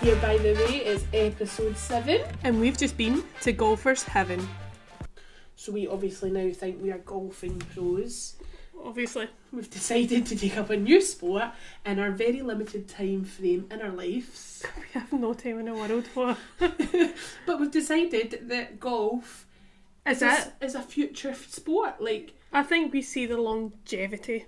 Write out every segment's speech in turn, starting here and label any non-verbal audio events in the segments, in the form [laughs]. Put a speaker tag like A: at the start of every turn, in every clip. A: Here by the way is episode seven.
B: And we've just been to Golfers Heaven.
A: So we obviously now think we are golfing pros.
B: Obviously.
A: We've decided to take up a new sport in our very limited time frame in our lives.
B: [laughs]
A: [laughs]
B: We have no time in the world for
A: But we've decided that golf
B: Is
A: a-
B: it?
A: is a future f- sport. Like
B: I think we see the longevity.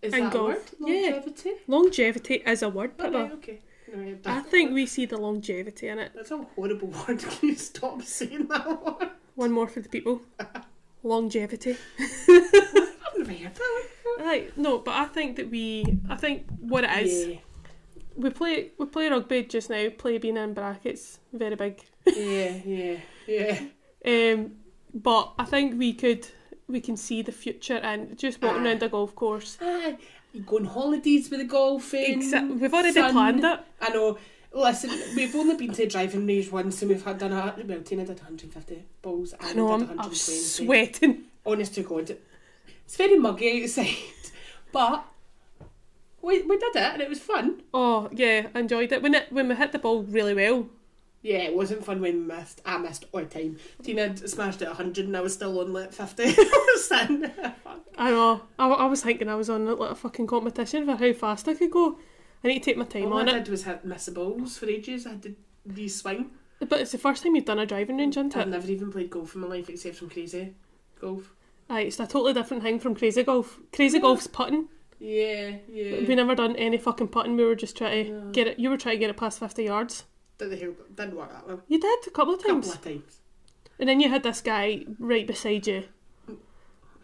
A: is
B: And
A: that
B: golf?
A: a word?
B: Yeah.
A: Longevity?
B: Longevity is a word,
A: Oh,
B: Pippa.
A: right, okay. No,
B: I think we see the longevity in it.
A: that's a horrible [laughs] word. Can you stop saying that [laughs] word?
B: One more for the people. Longevity.
A: I've never heard that word.
B: Like, no, but I think that we I think what it is
A: Yeah.
B: we play we play rugby just now, play being in brackets, very big.
A: yeah, yeah, yeah.
B: Um but I think we could we can see the future and just walking
A: Aye.
B: around a golf course.
A: Aye, you go on holidays with the golfing.
B: Exa- we've already
A: sun.
B: planned it.
A: I know. Listen, we've only been to a driving range once, and we've had done a well. Tina did 150 balls.
B: I
A: and
B: know,
A: did
B: I'm,
A: 120.
B: I'm sweating.
A: Honest to God, it's very muggy outside, [laughs] but we we did it and it was fun.
B: Oh yeah, I enjoyed it. When it when we hit the ball really well.
A: Yeah, it wasn't fun when we missed. I missed all the time. Tina d- smashed it 100, and I was still on like [laughs] 50. [laughs] Sitting there.
B: I know. I, I was thinking I was on like a fucking competition for how fast I could go. I need to take my time
A: All Oh, I
B: on it.
A: did was hit miss the balls for ages. I had to re-swing.
B: But it's the first time you've done a driving range, isn't
A: I've
B: it?
A: never even played golf in my life except from crazy golf.
B: Aye, it's a totally different thing from crazy golf. Crazy
A: Yeah.
B: golf's putting.
A: Yeah, Mm-hmm. yeah.
B: We never done any fucking putting. We were just trying to
A: No.
B: get it. You were trying to get it past fifty yards.
A: Didn't help. Didn't work that well.
B: You did a couple of times,
A: Couple of times.
B: and then you had this guy right beside you.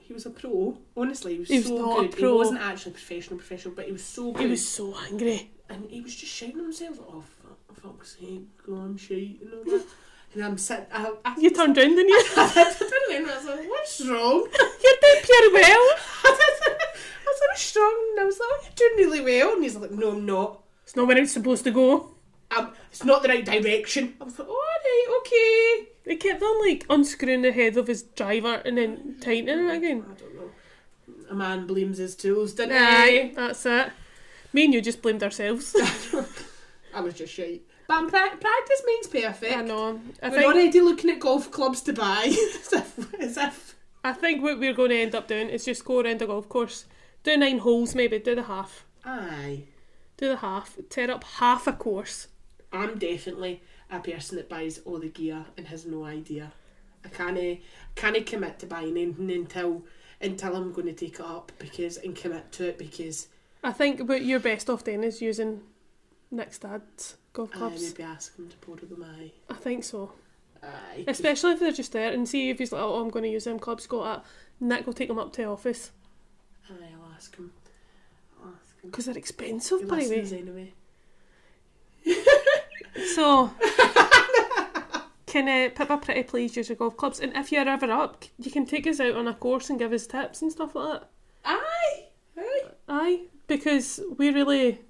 A: He was a pro. Honestly, he was,
B: He was
A: so
B: not a
A: good.
B: pro.
A: He wasn't actually professional, professional, but he was so good.
B: He was so angry.
A: and he was just shouting himself. Oh, fuck, fuck's sake, go on, shite and all that. [laughs] And I'm sitting. I, I,
B: [laughs] You turned round and you.
A: [laughs] I turned around and I was like, "What's wrong?" [laughs]
B: you did pure well.
A: I was like, "What's wrong?" And I was like, oh, "You're doing really well." And he's like, "No, I'm not.
B: It's not where it's supposed to go.
A: Um, it's not the right direction." I was like, "All right, okay."
B: They kept on like unscrewing the head of his driver and then tightening it again.
A: I don't know. A man blames his tools, didn't he?
B: Aye, that's it. Me and you just blamed ourselves.
A: [laughs] I was just shite. But I'm pra- practice makes perfect.
B: I know. I
A: We're
B: think,
A: already looking at golf clubs to buy. [laughs] as if, as if.
B: I think what we're going to end up doing is just go around the golf course, do nine holes maybe, do the half,
A: Aye.
B: do the half, tear up half a course.
A: I'm definitely a person that buys all the gear and has no idea. I can't, can't commit to buying anything until until I'm going to take it up because and commit to it because
B: I think what you're best off doing is using Nick's dad's golf
A: I may
B: clubs.
A: be asking to borrow them. Aye.
B: I think so.
A: Aye.
B: Especially if they're just there and see if he's like, oh, I'm going to use them clubs, go at Nick will take them up to the office.
A: Aye, I'll ask him. I'll ask him.
B: Because they're
A: He
B: expensive, by the way.
A: listens anyway.
B: So, can uh, Pippa Pretty please use your golf clubs? And if you're ever up, c- you can take us out on a course and give us tips and stuff like that.
A: Aye. Aye.
B: Aye, because we really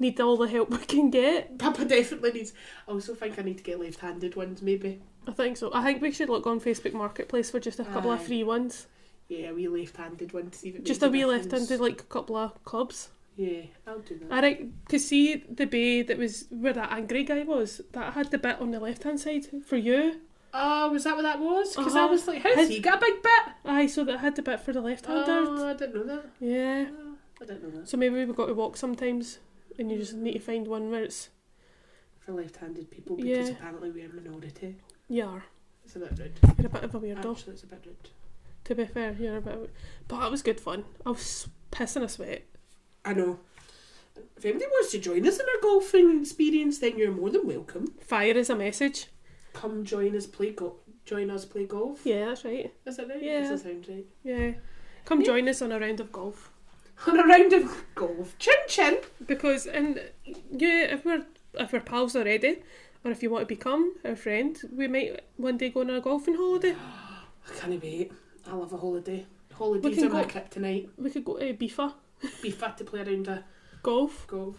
B: need all the help [laughs] we can get.
A: Papa definitely needs. I also think I need to get left-handed ones, maybe.
B: I think so. I think we should look on Facebook Marketplace for just a couple of
A: Aye.
B: free ones.
A: Yeah, a wee left-handed one to see if it
B: Just
A: makes
B: a wee left
A: difference.
B: handed, like a couple of clubs.
A: Yeah, I'll do that.
B: I think, because see the bay that was where that angry guy was, that had the bit on the left hand side for you.
A: Oh, was that what that was? Because I
B: Uh-huh.
A: was like, how's
B: His-
A: he got a big bit?
B: Aye, so that had the bit for the left hander.
A: Oh, I didn't know that.
B: yeah.
A: Oh, I didn't know that.
B: So maybe we've got to walk sometimes, and you just need to find one where it's
A: For left-handed people, because
B: Yeah.
A: apparently we're a minority.
B: you are.
A: It's a bit rude.
B: You're a bit of a weirdo.
A: Actually, it's a bit rude.
B: To be fair, you're a bit. Of a... But it was good fun. I was pissing a sweat.
A: I know. If anybody wants to join us in our golfing experience, then you're more than welcome.
B: Fire is a message.
A: Come join us play golf. Join us play golf.
B: Yeah, that's right.
A: Is that right?
B: Yeah.
A: Does that sound right?
B: Yeah, come
A: Yeah.
B: join us on a round of golf
A: [laughs] On a round of golf. Chin
B: [gasps]
A: chin.
B: because and yeah, if we're if we're pals already, or if you want to become our friend, we might one day go on a golfing holiday.
A: I can't wait. I love a holiday. Holidays
B: can
A: are my
B: go-
A: kryptonite. tonight.
B: We could go to Bifa
A: Be fat to play around a
B: golf.
A: golf.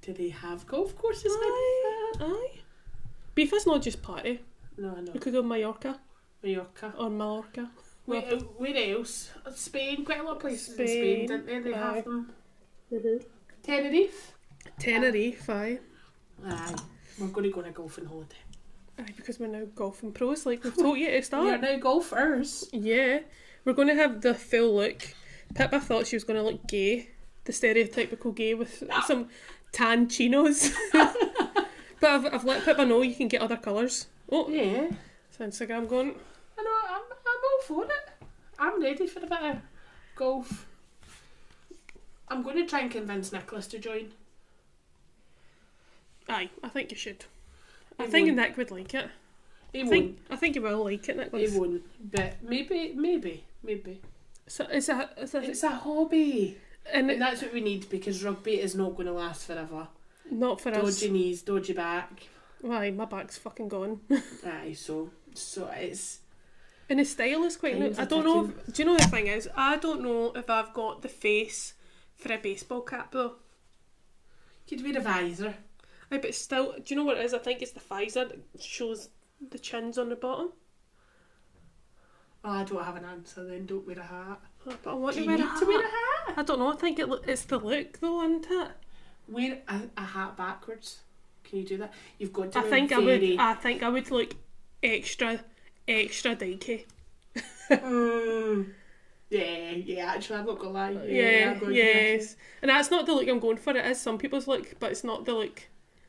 A: Do they have golf courses?
B: Aye, aye. Bifa's not just party.
A: Maybe? No, I know.
B: We could Oh, go to Mallorca
A: Mallorca.
B: or Mallorca.
A: Where,
B: uh,
A: where else? Uh, Spain. Quite a lot of places in Spain,
B: Spain,
A: didn't they? They
B: aye.
A: Mm-hmm. have them. Tenerife.
B: Tenerife, aye.
A: Aye. We're going to go on a golfing holiday.
B: Aye, because we're now golfing pros, like we've told
A: [laughs]
B: you at the
A: We are
B: start.
A: now golfers.
B: Yeah, we're going to have the full look. Pippa thought she was going to look gay, the stereotypical gay with some tan chinos. [laughs] but I've, I've let Pippa know you can get other colours. Oh,
A: Yeah.
B: it's Instagram going.
A: I know, I'm, I'm all for it. I'm ready for a bit of golf. I'm going to try and convince Nicholas to join.
B: Aye, I think you should. I
A: He
B: think
A: won't.
B: Nick would like it.
A: He
B: I
A: won't.
B: think, I think you will like it,
A: He
B: Nicholas.
A: won't. But maybe, maybe, maybe.
B: So it's a, it's a,
A: It's a hobby. And
B: and it,
A: that's what we need because rugby is not going to last forever.
B: not for us.
A: Dodgy knees, dodgy back.
B: Why my back's fucking gone.
A: Aye, so so it's
B: And his style is quite.
A: Times
B: I
A: are
B: don't know. If, do you know the thing is? I don't know if I've got the face for a baseball cap though.
A: could wear a visor.
B: Aye, but still, do you know what it is? I think it's the visor that shows the chins on the bottom.
A: Well, Oh, I don't have an answer. Then don't wear a hat.
B: Oh, But I want
A: Do
B: to
A: you
B: wear,
A: need
B: a
A: to wear a
B: hat.
A: hat?
B: I don't know. I think it, lo- it's the look though, isn't it?
A: Wear a, a hat backwards. Can you do that? You've got to.
B: I
A: wear
B: think I
A: very...
B: would. I think I would look extra, extra dykey.
A: Mm. Yeah, yeah. Actually, I'm not gonna lie.
B: Yeah,
A: I'm going for that.
B: yes. And that's not the look I'm going for. It is some people's look, but it's not the look.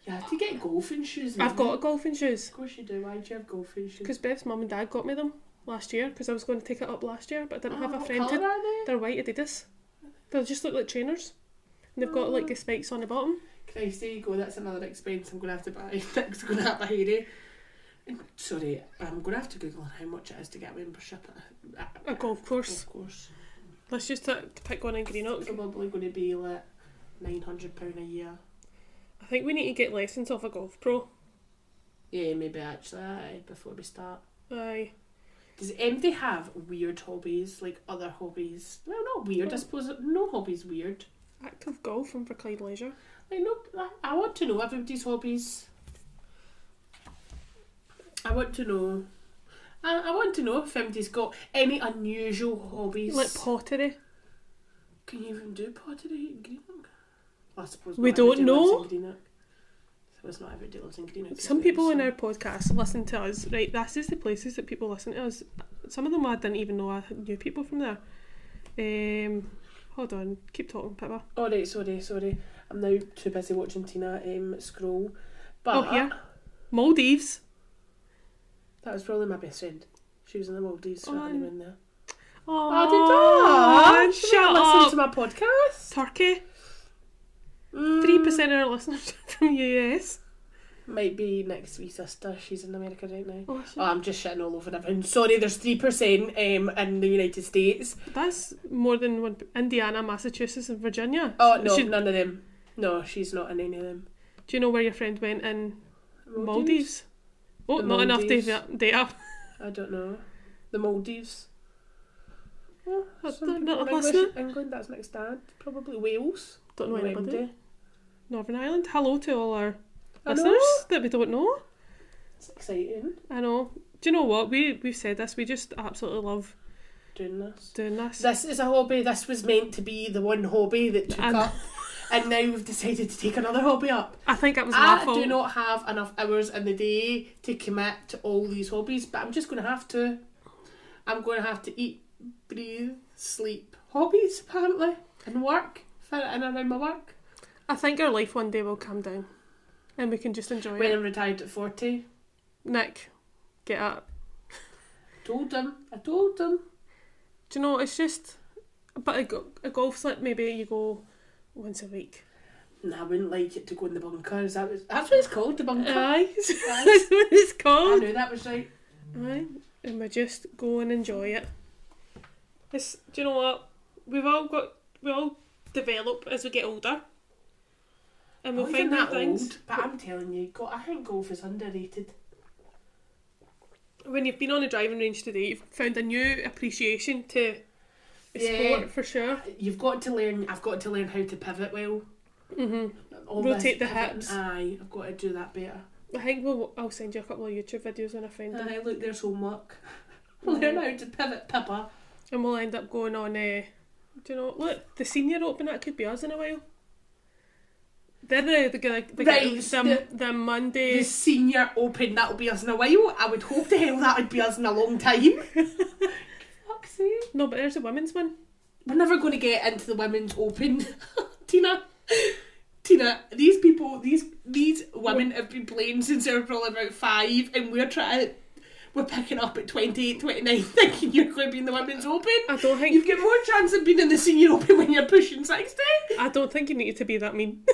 A: You have to get golfing shoes.
B: I've
A: don't
B: got
A: you?
B: a golfing shoes.
A: Of course you do. Why do you have golfing shoes?
B: Because Bev's mum and dad got me them last year because I was going to take it up last year, but I didn't have
A: Ah,
B: a
A: what
B: friend.
A: colour
B: To,
A: are
B: they're white Adidas. They just look like trainers. And they've got like
A: Oh.
B: the spikes on the bottom.
A: they? Christ, there you go. That's another expense I'm gonna have to buy. [laughs] Next, gonna have to buy. eh? Sorry, I'm gonna have to Google how much it is to get a membership at a,
B: A
A: at
B: golf
A: a
B: course.
A: golf course.
B: Let's just uh, pick one in Greenock.
A: It's probably going to be like nine hundred pound a year.
B: I think we need to get lessons off a golf pro.
A: Yeah, maybe actually aye, before we start.
B: Aye.
A: Does MD have weird hobbies like other hobbies? Well, not weird.
B: Oh.
A: I suppose no hobbies weird.
B: Active golf and for Clyde Leisure.
A: Like no, I- I want to know everybody's hobbies. I want to know. I, I want to know if anybody's got any unusual hobbies.
B: Like pottery.
A: Can you even do pottery in Greenock? Well, I suppose
B: We
A: not everybody
B: don't know.
A: lives in Greenock. So it's not everybody lives in Greenock.
B: Some
A: isn't it?
B: people in
A: So-
B: our podcast listen to us, right? That's just the places that people listen to us. Some of them I didn't even know I knew people from there. Um, hold on, keep talking, Pippa.
A: Oh right, sorry, sorry. I'm now too busy watching Tina um, scroll. But
B: Oh, here. Maldives.
A: that was probably my best friend. She was in the Maldives for
B: Oh, I'm-
A: anyone there.
B: Oh,
A: Oh, did I? Should
B: Shut
A: I
B: up.
A: listen to my podcast.
B: Turkey.
A: Mm,
B: Three percent of our [laughs] listeners are from US.
A: Might be next wee sister. She's in America right now.
B: Oh,
A: Oh, I'm just shitting all over everyone. Sorry, there's three percent um in the United States.
B: That's more than one. Indiana, Massachusetts, and Virginia.
A: Oh no,
B: Should-
A: none of them. No, she's not in any of them.
B: Do you know where your friend went in Maldives? Oh,
A: The
B: not enough
A: Maldives.
B: data. data.
A: I don't know. The Maldives. Oh,
B: I
A: some
B: don't
A: people
B: know,
A: in English-
B: listener.
A: England, that's next dad. Probably Wales.
B: Don't know anybody.
A: Wendy.
B: Northern Ireland. Hello to all our
A: I
B: listeners
A: know.
B: that we don't know.
A: It's exciting
B: I know. Do you know what? We we've said this. We just absolutely love
A: doing this.
B: doing this.
A: This is a hobby. This was meant to be the one hobby that took
B: And-
A: up, and now we've decided to take another hobby up.
B: I think it was my
A: I
B: fault.
A: do not have enough hours in the day to commit to all these hobbies, but I'm just going to have to. I'm going to have to eat, breathe, sleep. Hobbies apparently, and work for and around my work.
B: I think our life one day will calm down, and we can just enjoy
A: When
B: it.
A: I'm retired at forty,
B: Nick, get up.
A: told them. I told them.
B: Do you know? It's just, but a, go- a golf slip. Maybe you go once a week.
A: Nah, I wouldn't like it to go in the bunker. Is that what- that's what it's called, the bunker?
B: Aye, [laughs] that's what it's
A: I
B: called.
A: knew that was right.
B: Aye, and we just go and enjoy it. It's, do you know what? We've all got. We all develop as we get older, and we'll
A: Not
B: find
A: Oh, even
B: new things.
A: old, [laughs] but I'm telling you, God, I think golf is underrated.
B: when you've been on a driving range today, you've found a new appreciation to the
A: Yeah.
B: sport for sure.
A: You've got to learn. I've got to learn how to pivot well.
B: hmm
A: All
B: Rotate
A: this
B: the
A: pivoting,
B: hips.
A: Aye, I've got to do that better.
B: I think we'll, I'll send you a couple of YouTube videos when I find them,
A: Aye, look, there's [laughs] homework.
B: Aye.
A: Learn how to pivot, Pippa.
B: and we'll end up going on. Uh, do you know? Look, the senior open that could be us in a while. They're the the the, the,
A: Right,
B: the,
A: the-
B: the
A: The
B: Monday.
A: senior open, that'll be us in a while. I would hope the hell that would be us in a long time. [laughs] Fuck's sake.
B: No, but there's a women's one.
A: We're never going to get into the women's open. [laughs] Tina, Tina, these people, these these women have been playing since they were probably about five, and we're trying we're picking up at 28, 29, [laughs] thinking you're going to be in the women's open.
B: I don't think
A: You've got more chance of being in the senior open when you're pushing 60.
B: I don't think you need to be that mean.
A: [laughs]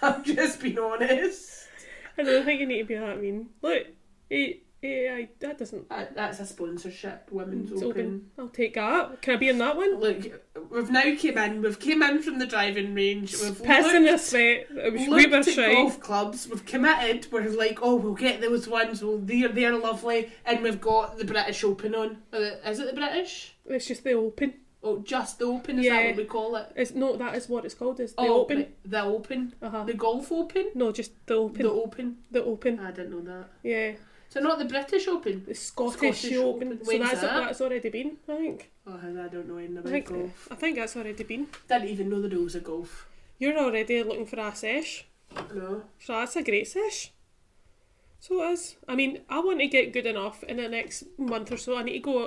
B: [laughs]
A: I'm just being honest.
B: I don't think you need to be that mean. Look, it, it, I, that doesn't.
A: That, that's a sponsorship, women's
B: It's
A: open.
B: open. I'll take that. Can I be in that one?
A: Look, we've now came in. We've came in from the driving range. We've
B: Pissing
A: looked-
B: a sweat. It was, we
A: looked
B: were
A: at
B: shy.
A: golf clubs. We've committed. We're like, oh, we'll get those ones. Well, they're they're lovely, and we've got the British Open on. Or the- Is it the British?
B: It's just the open.
A: Oh, just the Open. Is that
B: Yeah.
A: what we call it?
B: It's no, that is what it's called. Is the
A: oh,
B: open?
A: The Open.
B: Uh huh.
A: The Golf Open.
B: No, just the open.
A: The
B: The,
A: Open. Ah,
B: open.
A: I didn't know that.
B: Yeah,
A: So not the British Open.
B: the Scottish,
A: Scottish
B: open.
A: Open.
B: So
A: When's
B: that's
A: that?
B: that's already been. I think.
A: Oh, I don't know anything
B: I
A: about
B: think.
A: golf.
B: I think that's already been.
A: Didn't even know the rules of golf.
B: You're already looking for a sesh.
A: No.
B: So that's a great sesh. So it is. I mean, I want to get good enough in the next month or so. I need to go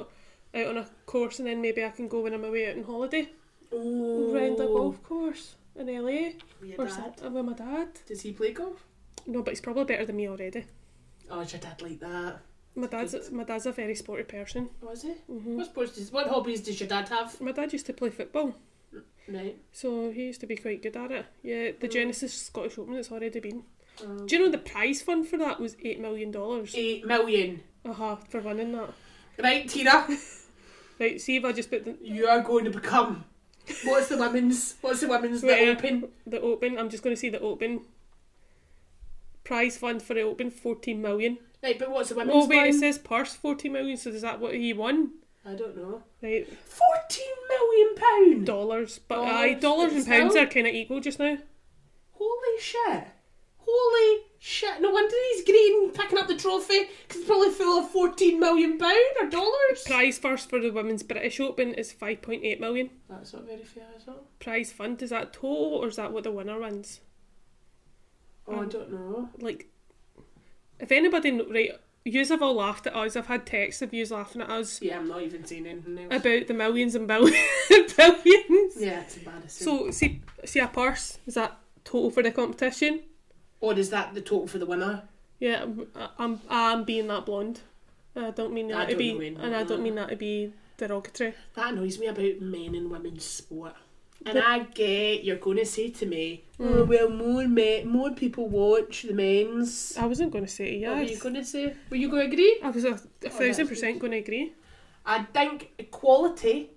B: out on a course and then maybe I can go when I'm away out on holiday.
A: Oh.
B: Round a golf course in LA
A: Your
B: or
A: dad.
B: something with my dad.
A: Does he play golf?
B: No, but he's probably better than me already.
A: Oh, it's your dad like that.
B: My dad's my dad's a very sporty person.
A: Was he?
B: hmm
A: What sports does, what hobbies does your dad have?
B: My dad used to play football,
A: Right.
B: so he used to be quite good at it. Yeah, the
A: Mm.
B: Genesis Scottish Open it's already been.
A: Um,
B: Do you know the prize fund for that was eight million dollars?
A: Eight million.
B: Aha, for winning that.
A: Right, Tina,
B: Right, see if I just put the
A: you are going to become. What's the women's? What's the women's? The
B: Wait, uh,
A: open.
B: The open. I'm just going to see the open. Prize fund for the open, 14 million.
A: Right, but what's the women's?
B: Oh, wait, it
A: one?
B: says purse, 40 million, so is that what he won?
A: I don't know.
B: Right,
A: Fourteen million pound.
B: dollars. But aye,
A: Dollars,
B: dollars
A: but
B: and pounds
A: still-
B: are kind of equal just now.
A: Holy shit! Holy shit! No wonder he's green picking up the trophy because it's probably full of fourteen million pound or dollars.
B: Prize first for the Women's British Open is 5.8 million.
A: That's not very fair, is it?
B: Prize fund, is that total or is that what the winner wins?
A: Oh, I
B: Um,
A: don't know.
B: Like, if anybody, kn- right, yous have all laughed at us. I've had texts of yous laughing at us
A: Yeah, I'm not even saying anything else.
B: about the millions and billions. [laughs] billions.
A: yeah, it's embarrassing.
B: So see, see a purse is that total for the competition?
A: or is that the total for the winner?
B: Yeah, I'm I'm, I'm being that blonde. I don't mean
A: I
B: that to
A: don't
B: be,
A: know anything
B: and I
A: about
B: don't
A: that.
B: mean that to be derogatory.
A: That annoys me about men and women's sport. And
B: But- Mm.
A: I get you're going to say to me, oh, well, more men, more people watch the men's.
B: I wasn't going to say
A: What Oh, were
B: yes.
A: you going to say? Were you going to agree?
B: I was a, a thousand
A: that's
B: percent going to agree.
A: I think equality,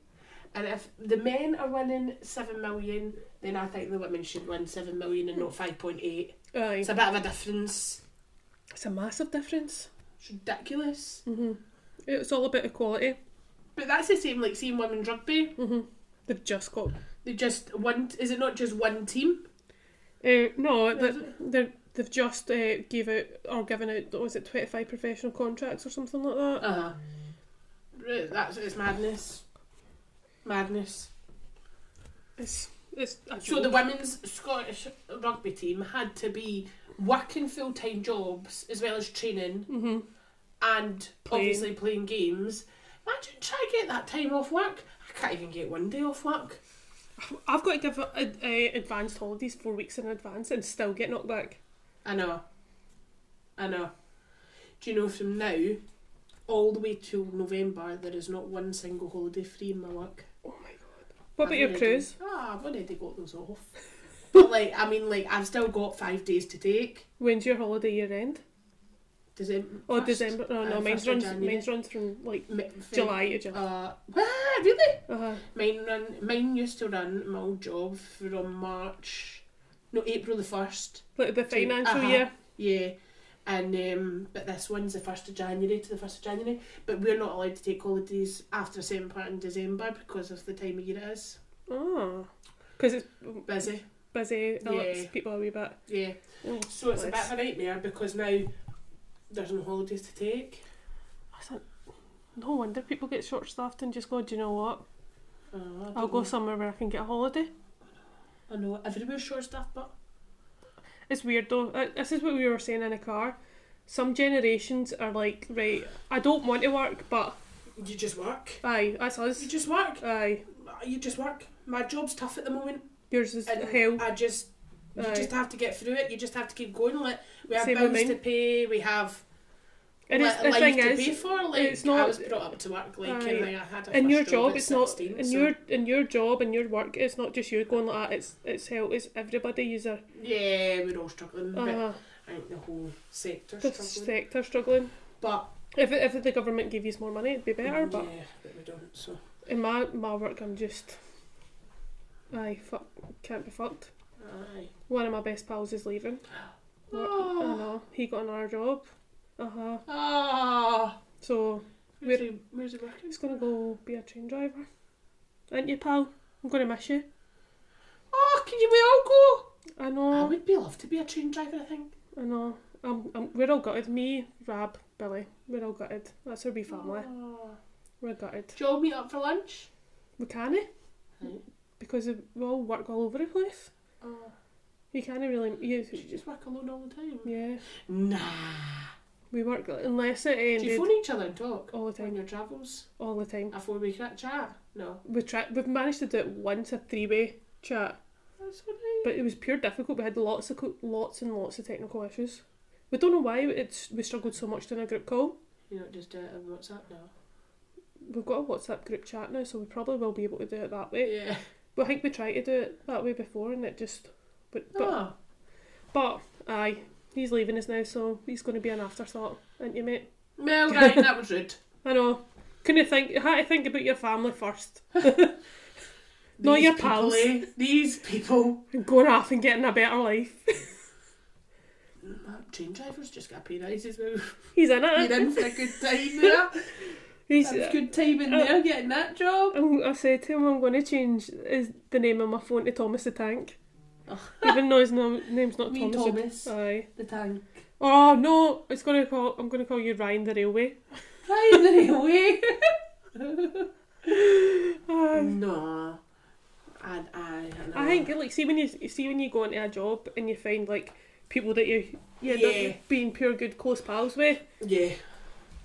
A: and if the men are winning seven million, then I think the women should win seven million and not five point eight.
B: Aye,
A: It's a bit of a difference.
B: it's a massive difference.
A: It's ridiculous.
B: hmm It's all about equality.
A: But that's the same like seeing women's rugby.
B: hmm They've just got.
A: They just one. Is it not just one team?
B: Uh, no,
A: Is
B: they're, they're, they've just uh, gave out or given out. What was it twenty five professional contracts or something like that?
A: Uh huh. That's it's madness. Madness.
B: It's it's. a
A: So the
B: joke.
A: women's Scottish rugby team had to be working full time jobs as well as training
B: Mhm.
A: and
B: Playing.
A: obviously playing games. Imagine trying to get that time off work. I can't even get one day off work.
B: I've got to give uh, uh, advanced holidays four weeks in advance and still get knocked back.
A: I know. I know. Do you know from now all the way till November there is not one single holiday free in my work.
B: Oh my god. What about
A: I've
B: your
A: already-
B: cruise?
A: Ah, I've already got those off. [laughs] but like I mean like I've still got five days to take.
B: When's your holiday year end?
A: December
B: Oh, December. Oh, no,
A: uh,
B: mine's
A: first of
B: runs,
A: January.
B: mine's runs from like
A: Me-
B: July to July.
A: Uh, ah, really?
B: Uh,
A: Mine run. Mine used to run at my old job from March, no April the first.
B: like the financial
A: uh-huh.
B: year.
A: Yeah, and um, but this one's the first of January to the first of January. But we're not allowed to take holidays after a certain point in December because of the time of year it is.
B: Oh. Because it's
A: Busy.
B: busy, lots
A: Yeah.
B: of people a wee bit.
A: Yeah.
B: Oh,
A: So it's a bit
B: bless.
A: of a nightmare because now there's no holidays to take.
B: That's a- No wonder people get short staffed and just go, do you know what?
A: Uh, I don't
B: I'll go
A: know.
B: somewhere where I can get a holiday.
A: I know everywhere's short staffed, but
B: It's weird though. Uh, This is what we were saying in the car. Some generations are like, right, I don't want to work, but
A: You just work.
B: aye, that's
A: You
B: us.
A: just work.
B: Aye,
A: You just work. My job's tough at the moment.
B: yours is
A: And
B: hell.
A: I just, you
B: Aye.
A: just have to get through it. You just have to keep going. Like we have
B: Same with
A: bills to
B: mine.
A: pay. We have
B: It
A: li-
B: is the
A: life
B: thing
A: to
B: is,
A: pay for. Like
B: it's not-
A: I was brought up to work. Like
B: Aye.
A: and like, I had a
B: in
A: first
B: your
A: job,
B: job,
A: at
B: it's not
A: 16,
B: in
A: so-
B: your in your job in your work. It's not just you going like that. It's it's hell. It's everybody. User.
A: yeah, we're all struggling. but
B: Uh,
A: I think the whole sector's
B: the
A: struggling.
B: sector struggling.
A: but
B: If if the government gave you more money, it'd be better.
A: yeah,
B: But
A: but we don't. So
B: in my my work, I'm just, aye, fuck, can't be fucked.
A: aye.
B: One of my best pals is leaving. Work- I
A: Oh.
B: know. He got another job. Uh huh.
A: Ah.
B: So
A: Where's he, where's he working?
B: he's gonna go be a train driver. Ain't you, pal? I'm gonna miss you.
A: Oh, can you we
B: I
A: all go? I
B: know.
A: would be loved to be a train driver. I think.
B: I know. Um, um, we're all gutted. Me, Rab, Billy. We're all gutted. That's our wee family.
A: Oh.
B: We're gutted.
A: Do you all meet up for lunch?
B: We can't
A: Aye.
B: because we all work all over the place.
A: Oh.
B: You can't really. You,
A: You just work alone all the time.
B: yeah.
A: Nah.
B: We work unless it
A: Do you
B: ended
A: phone each other and talk
B: all the
A: on
B: time.
A: your travels?
B: All the time.
A: A four week chat? No.
B: We try. We've managed to do it once a three way chat,
A: That's so nice.
B: but it was pure difficult. We had lots of co- lots and lots of technical issues. We don't know why it's we struggled so much doing a group call.
A: You don't just do it on WhatsApp now.
B: We've got a WhatsApp group chat now, so we probably will be able to do it that way. [laughs]
A: Yeah.
B: But I think we tried to do it that way before, and it just. But but
A: Oh.
B: but aye, he's leaving us now, so he's going to be an afterthought, ain't you, mate?
A: Well, right, that was
B: [laughs]
A: rude.
B: I know. Couldn't you think? Had to think about your family first. No,
A: These
B: your
A: people,
B: pals.
A: eh? These people.
B: going off and getting a better life.
A: Mm, Train drivers just got paid nice as
B: [laughs]
A: well.
B: He's in it.
A: You're in for a good time there.
B: [laughs] He's,
A: That's good time in
B: uh,
A: there getting that job.
B: I'm, I said to him, I'm going to change is the name of my phone to Thomas
A: [laughs]
B: the Tank.
A: Oh.
B: Even though his no, name's not
A: Me
B: Thomas.
A: Thomas.
B: Aye.
A: The tank.
B: Oh no! It's going to call. I'm going to call you Ryan the Railway.
A: Right the railway.
B: Aye.
A: no. And I, I, know.
B: I think like see when you you see when you go into a job and you find like people that you you end
A: Yeah.
B: up being pure good close pals with
A: Yeah.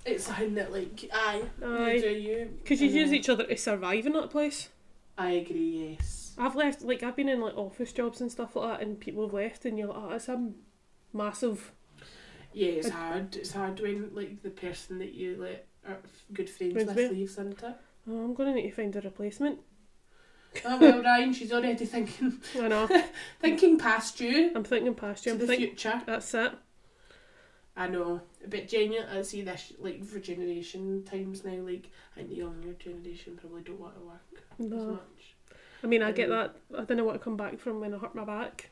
A: It's something that like aye,
B: Aye.
A: you do you.
B: because you
A: I
B: use
A: know.
B: each other to survive in that place.
A: I agree, yes.
B: I've left like I've been in like office jobs and stuff like that and people have left and you're like oh, that's a massive
A: Yeah, it's
B: I'd-
A: hard. It's hard when like the person that you like are f- good friends
B: Friends
A: with
B: with.
A: leaves, isn't it? [laughs]
B: oh, I'm gonna need to find a replacement.
A: Oh well, Ryan, she's already thinking, [laughs]
B: I know.
A: thinking past you
B: I'm thinking past you.
A: to
B: I'm
A: the
B: thinking
A: future.
B: that's it.
A: I know, but genuinely, I see this like for generation times now. Like, I think the younger generation probably don't want to work as
B: No.
A: much.
B: I mean, I get
A: Um,
B: that. I didn't want to come back from when I hurt my back,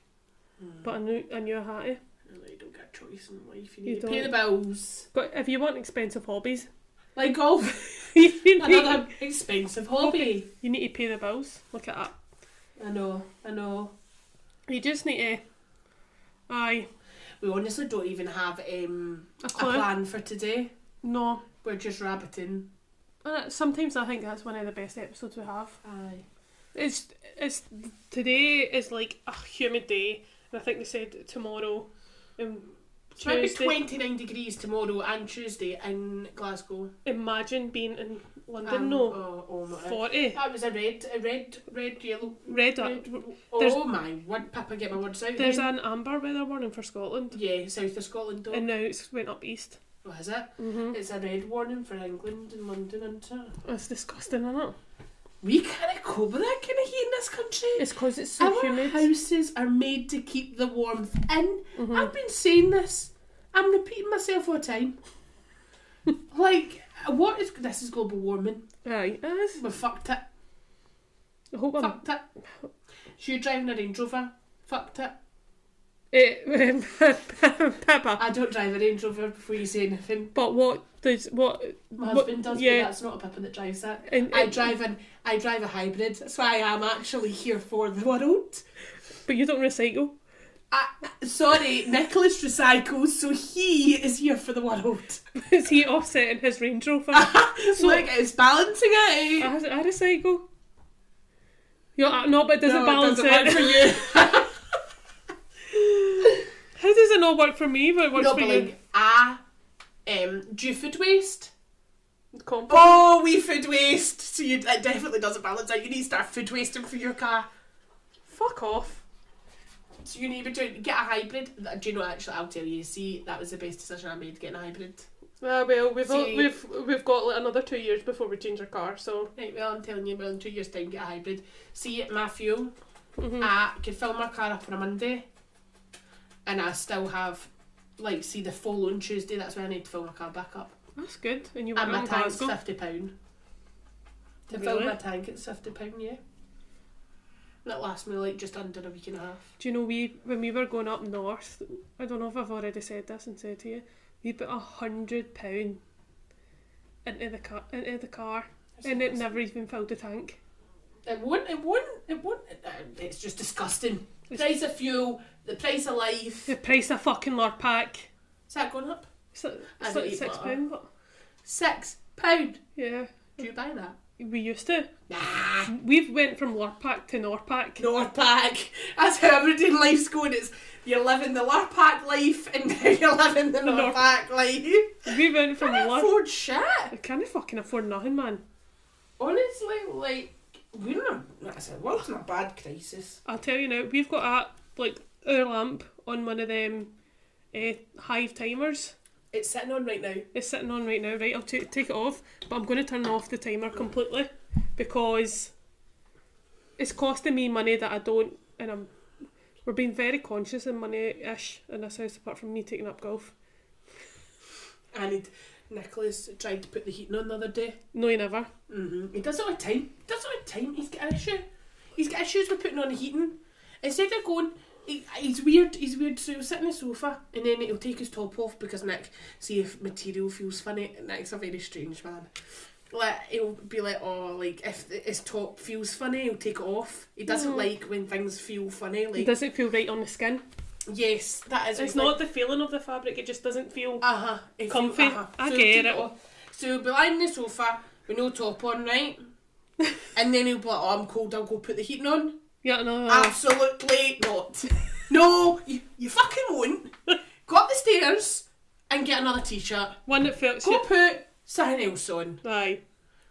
A: Mm.
B: but I knew I knew I had to.
A: And, like, you don't get a choice in life. You
B: You
A: need to pay the
B: don't.
A: bills.
B: But if you want expensive hobbies,
A: Like golf, [laughs]
B: [laughs] you need,
A: another expensive hobby.
B: you need to pay the bills. Look at that.
A: I know, I know.
B: You just need to. Aye,
A: We honestly don't even have um,
B: a
A: a
B: clue.
A: plan for today.
B: No.
A: We're just rabbiting.
B: And that- Sometimes I think that's one of the best episodes we have.
A: Aye.
B: It's it's today is like a humid day, and I think they said tomorrow, and
A: It's might be
B: Tuesday.
A: 29 degrees tomorrow and Tuesday in Glasgow.
B: imagine being in London.
A: Um,
B: no,
A: Oh, oh my.
B: forty
A: That was a red, a red, red, yellow.
B: red.
A: Red.
B: There's-
A: oh my word, Papa, get my words out.
B: There's
A: again.
B: an amber weather warning for Scotland,
A: Yeah, south of Scotland, though.
B: and now it's went up east.
A: oh, is it?
B: Mm-hmm.
A: It's a red warning for England and London, isn't it?
B: It's disgusting, isn't it?
A: We can't cope with that kind of heat in this country.
B: It's because it's
A: Our houses are made to keep the warmth in.
B: Mhm.
A: I've been saying this. I'm repeating myself all the time. [laughs] like, what is this? Is global warming?
B: Aye, it is.
A: We fucked it.
B: I hope I'm.
A: fucked it. So you're driving a Range Rover. Fucked it.
B: Eh, um, [laughs] Peppa.
A: I don't drive a Range Rover before you say anything.
B: But what does what?
A: My
B: what-
A: husband does,
B: yeah.
A: but that's not a Pippa that drives that.
B: And,
A: I drive an I drive a hybrid. That's why I am actually here for the world.
B: but you don't recycle. [laughs]
A: I, sorry, Nicholas recycles, so he is here for the [laughs] world.
B: is he offsetting his Range Rover? [laughs]
A: So like it's balancing it. out.
B: I, I recycle. You're, uh, no, but it doesn't
A: No,
B: [laughs] balance
A: [laughs] doesn't work
B: it.
A: for you.
B: doesn't all work for me, but it works
A: No,
B: for
A: but
B: you.
A: like, ah, um, do you food waste?
B: Compost.
A: Oh, we food waste. So you, it definitely doesn't balance out. You need to start food wasting for your car.
B: Fuck off.
A: So you need to get a hybrid. Do you know? Actually, I'll tell you. See, that was the best decision I made getting a hybrid.
B: Ah, well, we've all,
A: See-
B: we've we've got like, another two years before we change our car, so
A: Right, well, I'm telling you, well, in two years' time, get a hybrid. See, my fuel,
B: mhm.
A: I could fill my car up on a Monday and I still have, like, see, the full on Tuesday, that's when I need to fill my car back up.
B: that's good. And you went
A: And my
B: around
A: tank's
B: Glasgow.
A: £50. To fill
B: Really?
A: my tank, it's £50, yeah. That lasts me, like, just under a week and a half.
B: Do you know we when we were going up north? I don't know if I've already said this and said to you, we put a hundred pound into the car into the car, and it never even filled the tank.
A: It won't, it won't, it won't. it- It's just disgusting. The
B: It's-
A: price of fuel, the price of
B: [laughs]
A: life.
B: The price of fucking lard pack.
A: Is that going up?
B: It's like,
A: I
B: it's
A: don't
B: like
A: eat
B: six
A: butter.
B: pound, but
A: Six pound.
B: yeah,
A: Do you buy that?
B: we used to.
A: Nah.
B: We've went from lard pack to north pack.
A: [laughs] Norpac. That's how everyday life's going. It's you're living the Lurpak life and [laughs] now you're living the
B: Lur-
A: Norpac life.
B: We went
A: [laughs]
B: from
A: Can't
B: lard.
A: afford shit.
B: I can't fucking afford nothing, man.
A: Honestly, like we're in a, I said, world's in a bad crisis.
B: I'll tell you now. We've got a like our lamp on one of them uh, hive timers.
A: It's sitting on right now.
B: It's sitting on right now, right? I'll ta- take it off, but I'm going to turn off the timer completely because it's costing me money that I don't, and I'm we're being very conscious of money ish in this house, apart from me taking up golf.
A: I need Nicholas tried to put the heating on the other day.
B: No, you never.
A: hmm He does it all the time. He does it all the time. He's got an issue. He's got issues with putting on the heating. Instead of going, he, he's weird. He's weird. So he'll sit on the sofa and then he'll take his top off because Nick, see if material feels funny. Nick's a very strange man. Like he'll be like, oh, like if th- his top feels funny, he'll take it off. He doesn't
B: Mm.
A: like when things feel funny.
B: It
A: Like
B: doesn't feel right on the skin.
A: yes, that is.
B: It's not the feeling of the fabric; it just doesn't feel.
A: Uh huh.
B: Comfy. I
A: so
B: get
A: he'll take
B: it.
A: off. So he'll be lying on the sofa with no top on, right?
B: [laughs]
A: and then he'll be like, "Oh, I'm cold. I'll go put the heating on."
B: Yeah, no.
A: Absolutely not. [laughs] no, you, you fucking won't. Go up the stairs and get another t-shirt.
B: One that felt.
A: Go put something else on.
B: Aye.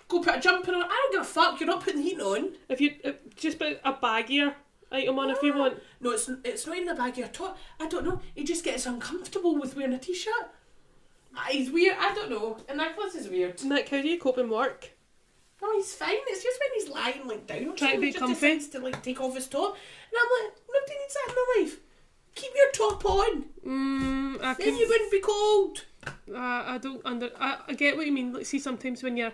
A: Go put a jumper on. I don't give a fuck. You're not putting the heating on.
B: If you uh, just put a baggier item on if you want.
A: No, it's it's not in the bag at all. I don't know. He just gets uncomfortable with wearing a t-shirt. Ah, He's weird. I don't know. And Nicholas is weird.
B: Nick, how do you cope in work?
A: No, he's fine. It's just when he's lying like down.
B: Try to
A: he
B: be
A: just
B: comfy.
A: decides to like take off his top, and I'm like, nobody needs that in their life. Keep your top on.
B: Mm, I
A: Then
B: can.
A: you wouldn't be cold.
B: I I don't under. I, I get what you mean. Like, see, sometimes when you're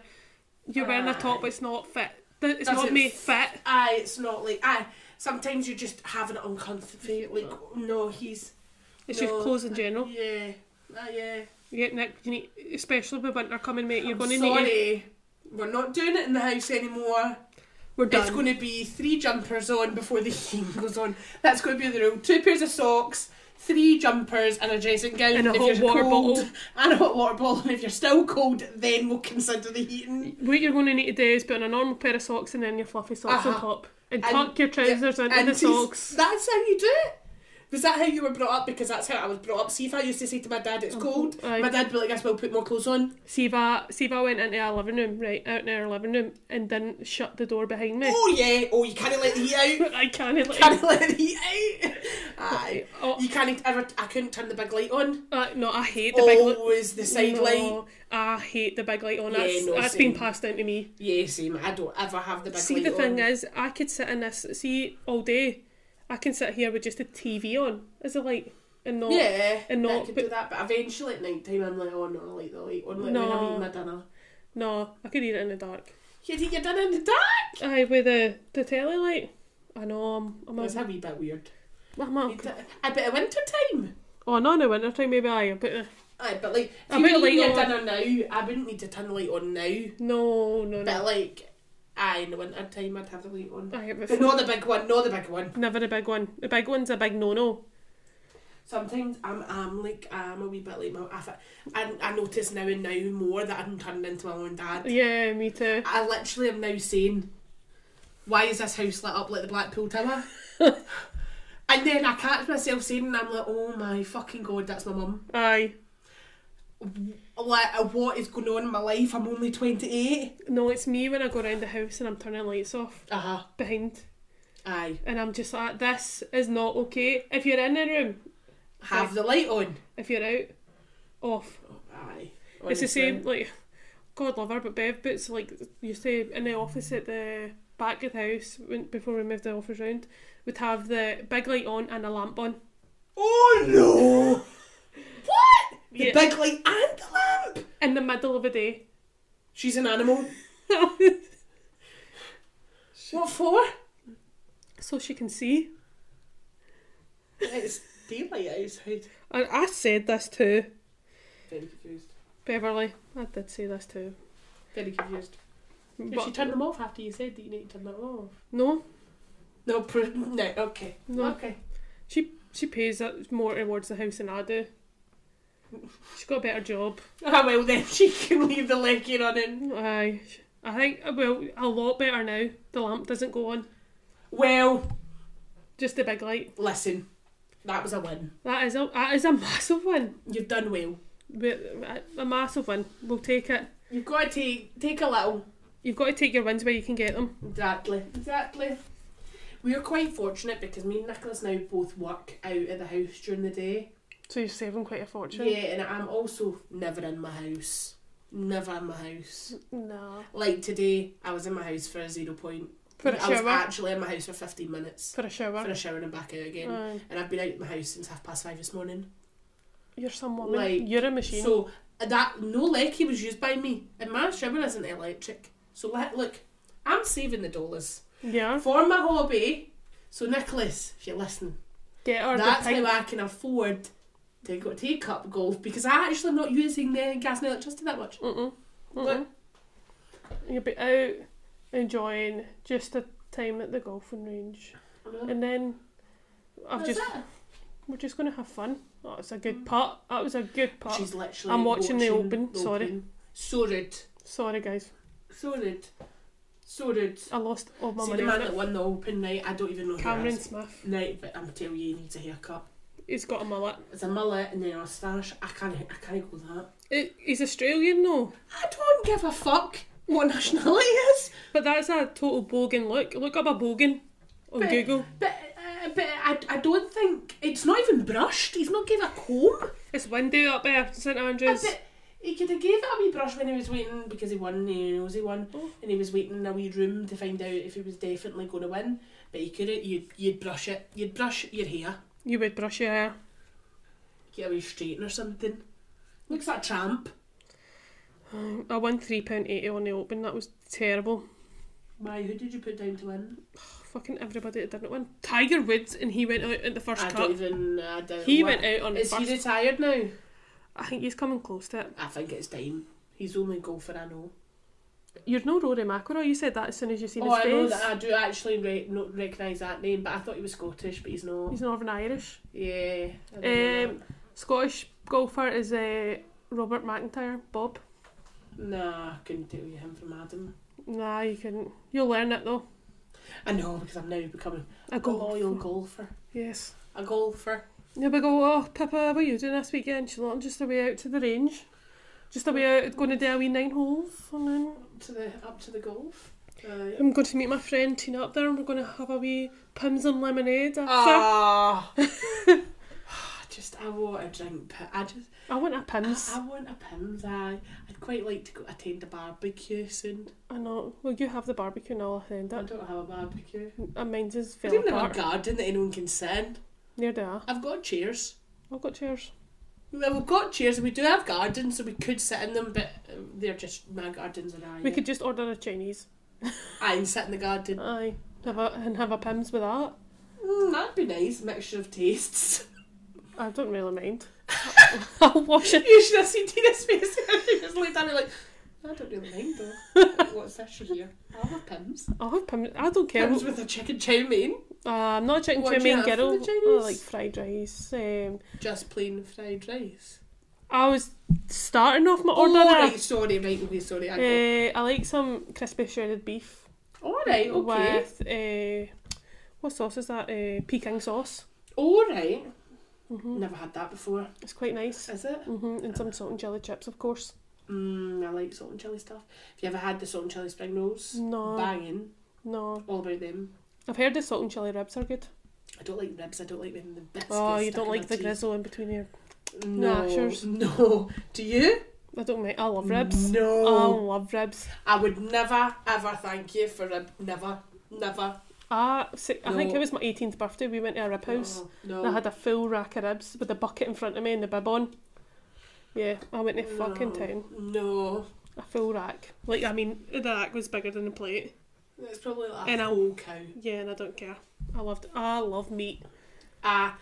B: you're wearing a top, it's not fit. Th- It's
A: Does
B: not
A: it
B: made
A: f-
B: fit.
A: Aye, it's not like aye. Sometimes you're just having it uncomfortable. Like no, he's
B: It's
A: No.
B: just clothes in general.
A: yeah, ah yeah.
B: Yeah, Nick. You need, especially with winter coming, mate. You're
A: I'm
B: going to
A: sorry,
B: need. it.
A: we're not doing it in the house anymore.
B: We're done.
A: It's going to be three jumpers on before the [laughs] heating goes on. That's going to be the rule. Two pairs of socks, three jumpers, and a dressing gown.
B: And a
A: if
B: hot
A: you're
B: water
A: cold,
B: bottle.
A: [laughs] And a hot water bottle. And if you're still cold, then we'll consider the heating.
B: what you're going to need to do is put on a normal pair of socks and then your fluffy socks
A: Uh-huh.
B: on top, and
A: And-
B: tuck your trousers into
A: And [laughs]
B: the
A: he's-
B: socks.
A: That's how you do it. Was that how you were brought up? Because that's how I was brought up. See if I used to say to my dad, it's cold.
B: Oh, Aye.
A: My dad would be like, I will put more clothes on.
B: Siva, Siva went into our living room, right out in our living room, and didn't shut the door behind me.
A: Oh yeah. Oh, you can't let the heat out.
B: [laughs] I can't. Like,
A: Can't [laughs] let the heat out. Aye.
B: [laughs] oh,
A: You can't ever. I couldn't turn the big light on.
B: uh, no, I hate the big. li-
A: Always the side
B: no,
A: light.
B: I hate the big light on.
A: Yeah,
B: that's
A: no,
B: that's
A: same.
B: been passed down to me.
A: Yeah, same. I don't ever have the big
B: see,
A: light
B: the thing
A: on.
B: is, I could sit in this, see, all day. I can sit here with just a TV on as a light and not.
A: yeah,
B: and
A: I
B: not-
A: could do that, but eventually at night time I'm like, oh no, I like the light on. Like when I'm
B: No.
A: eating my dinner.
B: No, I could eat it in the dark.
A: You'd eat your dinner in the dark.
B: Aye, with the, the telly light. I know, I'm, I'm,
A: That's
B: a,
A: a wee bit weird.
B: I'm a,
A: You d- I bet at winter time.
B: Oh, no, no, winter time, maybe I. But uh,
A: Aye, but like if
B: I
A: you
B: bet
A: were eating your
B: light
A: dinner now, I wouldn't need to turn the light on now.
B: no, no, no.
A: But like, aye, in the winter time I'd have the light on.
B: Aye, but
A: But not the big one, not the big one.
B: never a big one. The big one's a big no no.
A: Sometimes I'm, I'm like, I'm a wee bit like my. I, fi- I, I notice now and now more that I'm turning into my own dad.
B: Yeah, me too.
A: I literally [laughs] am now saying, why is this house lit up like the Blackpool Tower? And then I catch myself saying, and I'm like, oh my fucking god, that's my mum.
B: Aye.
A: Like, uh, what is going on in my life? I'm only 28.
B: No, it's me when I go around the house and I'm turning lights off
A: Uh huh.
B: behind,
A: Aye.
B: and I'm just like, this is not okay. If you're in a room,
A: Have the light on.
B: if you're out, off.
A: Oh, aye.
B: It's the
A: Honestly.
B: same, like, God love her, but Bev Boots, like, used to, in the office at the back of the house, when, before we moved the office round, would have the big light on and a lamp on.
A: Oh no! [laughs] what? The
B: Yeah.
A: big light and the lamp.
B: In the middle of the day. [laughs]
A: She's an animal. [laughs] What for?
B: so she can see.
A: It's daylight outside.
B: I, I said this too,
A: Very confused.
B: Beverly. I did say this too.
A: Very confused.
B: But-
A: she turned them off after you said that you need to turn them off.
B: no,
A: No, pr- no, okay.
B: No.
A: Okay.
B: she she pays it more towards the house than I do. She's got a better job.
A: Ah, well, then [laughs] she can leave the legging on in.
B: Aye. I think well a lot better now. The lamp doesn't go on.
A: Well,
B: Just the big light.
A: listen, that was a win.
B: That is a that is a [laughs] massive win.
A: You've done well.
B: But uh, A massive win. We'll take it.
A: You've got to take, take a little.
B: You've got to take your wins where you can get them.
A: Exactly. Exactly. We are quite fortunate because me and Nicholas now both work out at the house during the day.
B: So you're saving quite a fortune.
A: Yeah, and I'm also never in my house. Never in my house.
B: No.
A: Like today, I was in my house for a zero point.
B: For a
A: I was
B: shower.
A: actually in my house for 15 minutes
B: For a shower.
A: for a shower and back out again.
B: Aye.
A: And I've been out of my house since half past five this morning.
B: You're some woman.
A: Like,
B: You're a machine.
A: So uh, that no lecky was used by me, and my shower isn't electric. So let look, I'm saving the dollars
B: yeah.
A: for my hobby. So Nicholas, if you're listening,
B: Get her
A: that's
B: the pink.
A: how I can afford to go take up golf because I actually am not using the gas and electricity that much.
B: Mm-mm.
A: But-
B: Mm-mm. You'll be out enjoying just a time at the golfing range, and then I've
A: That's
B: just
A: it.
B: we're just gonna have fun. Oh, it's a good putt. That was a good putt.
A: She's literally.
B: I'm watching the Open, sorry.
A: Open. So rude.
B: Sorry guys,
A: So rude. So rude.
B: I lost all my
A: See the
B: money.
A: man
B: on
A: that
B: it.
A: won the Open night. I don't even know. who
B: Cameron
A: it is.
B: Smith.
A: Night, but I'm telling you, he needs a haircut.
B: He's got a mullet.
A: It's a mullet and then a moustache. I can't. I can't go with that.
B: It, he's Australian though,
A: I don't give a fuck what nationality it is.
B: but that's a total bogan look. Look up a bogan on
A: But-
B: Google.
A: But uh, but I, I don't think it's not even brushed. He's not gave a comb.
B: It's windy up there, St Andrews.
A: But he could have gave it a wee brush when he was waiting because he won. He knows he won,
B: Oh.
A: and he was waiting in a wee room to find out if he was definitely going to win. But he couldn't. You'd you'd brush it. You'd brush your hair.
B: You would brush your hair.
A: Get a wee straighten or something. Looks like a tramp.
B: I won three pound eighty on the open. That was terrible.
A: My, who did you put down to win?
B: fucking everybody that didn't win. Tiger Woods and he went out at the first
A: I
B: cut.
A: don't even. I don't
B: He
A: wa-
B: went out on the
A: Is
B: first.
A: he retired now?
B: I think he's coming close to it.
A: I think it's time. He's the only golfer I know.
B: You're no Rory McIlroy. You said that as soon as you seen
A: Oh,
B: his
A: I
B: face.
A: know that I do actually re- no, recognise that name, but I thought he was Scottish, but he's not.
B: He's Northern Irish.
A: yeah. I don't
B: Um, Scottish golfer is uh, Robert McIntyre. Bob.
A: know. Nah, I couldn't tell you him from Adam.
B: Nah, you couldn't. You'll learn it though.
A: I know because I'm now becoming a
B: A
A: loyal
B: golfer.
A: golfer.
B: Yes.
A: A golfer.
B: Yeah, we go. Oh, Pippa, what are you doing this weekend? She's like, just away out to the range. Just away out, going to do a wee nine holes, and then
A: Up to the up to the golf. Uh,
B: I'm going to meet my friend Tina up there, and we're going to have a wee pims and lemonade after.
A: Ah. [laughs] just I want a drink. but I just
B: I want a
A: I,
B: pims.
A: I want a pims. I I'd quite like to go attend a barbecue soon.
B: I know. Well, you have the barbecue and I'll attend
A: I
B: it.
A: don't have a barbecue.
B: And mine's is
A: I
B: fell
A: don't even have a
B: apart.
A: garden that anyone can send.
B: Near there.
A: I've got chairs.
B: I've got chairs.
A: Well, we've got chairs and we do have gardens, so we could sit in them, but um, they're just my gardens and I.
B: We could just order a Chinese.
A: I and sit in the garden.
B: Aye. Have a, and have a pims with that.
A: Mm, that'd be nice, mixture of tastes.
B: I don't really
A: [laughs]
B: mind. [laughs] I'll wash it.
A: you should have seen Tina's face. she just looked at me like, I don't really mind though. Like, What's this here? I'll have pims.
B: I'll have pims. I don't care.
A: Pims with a chicken chow mein.
B: Uh, I'm not a chicken
A: What do
B: chow
A: you have
B: mein
A: for
B: girl.
A: the
B: I
A: Chinese?
B: like fried rice. Um,
A: Just plain fried rice.
B: I was starting off my
A: Oh,
B: order. there.
A: right, sorry, right, okay, sorry. I got...
B: Uh, I like some crispy shredded beef.
A: Alright, okay.
B: With, uh, what sauce is that? Uh, Peking sauce.
A: All right.
B: hmm
A: Never had that before.
B: It's quite nice.
A: Is it?
B: hmm And some salt and jelly chips, of course.
A: Mm, I like salt and chili stuff. Have you ever had the salt and chili spring rolls?
B: No,
A: Banging.
B: no.
A: All about them.
B: I've heard the salt and chili ribs are good.
A: I don't like ribs. I don't like them. The biscuits.
B: Oh, you
A: stuck
B: don't
A: in my
B: like the
A: teeth.
B: grizzle in between here.
A: No,
B: Nah, sure.
A: no. Do you?
B: I don't make. I love ribs. Oh.
A: No.
B: I love ribs.
A: I would never ever thank you for rib. Never, never.
B: I, si- I think
A: No. Oh,
B: it was my 18th birthday. We went to a rib house.
A: No.
B: And I had a full rack of ribs with a bucket in front of me and the bib on. Yeah, I went to fucking
A: No.
B: town.
A: No.
B: A full rack. Like, I mean, the rack was bigger than the plate.
A: It's probably like
B: And
A: a
B: I-
A: whole cow.
B: Yeah, and I don't care. I loved. I love meat.
A: I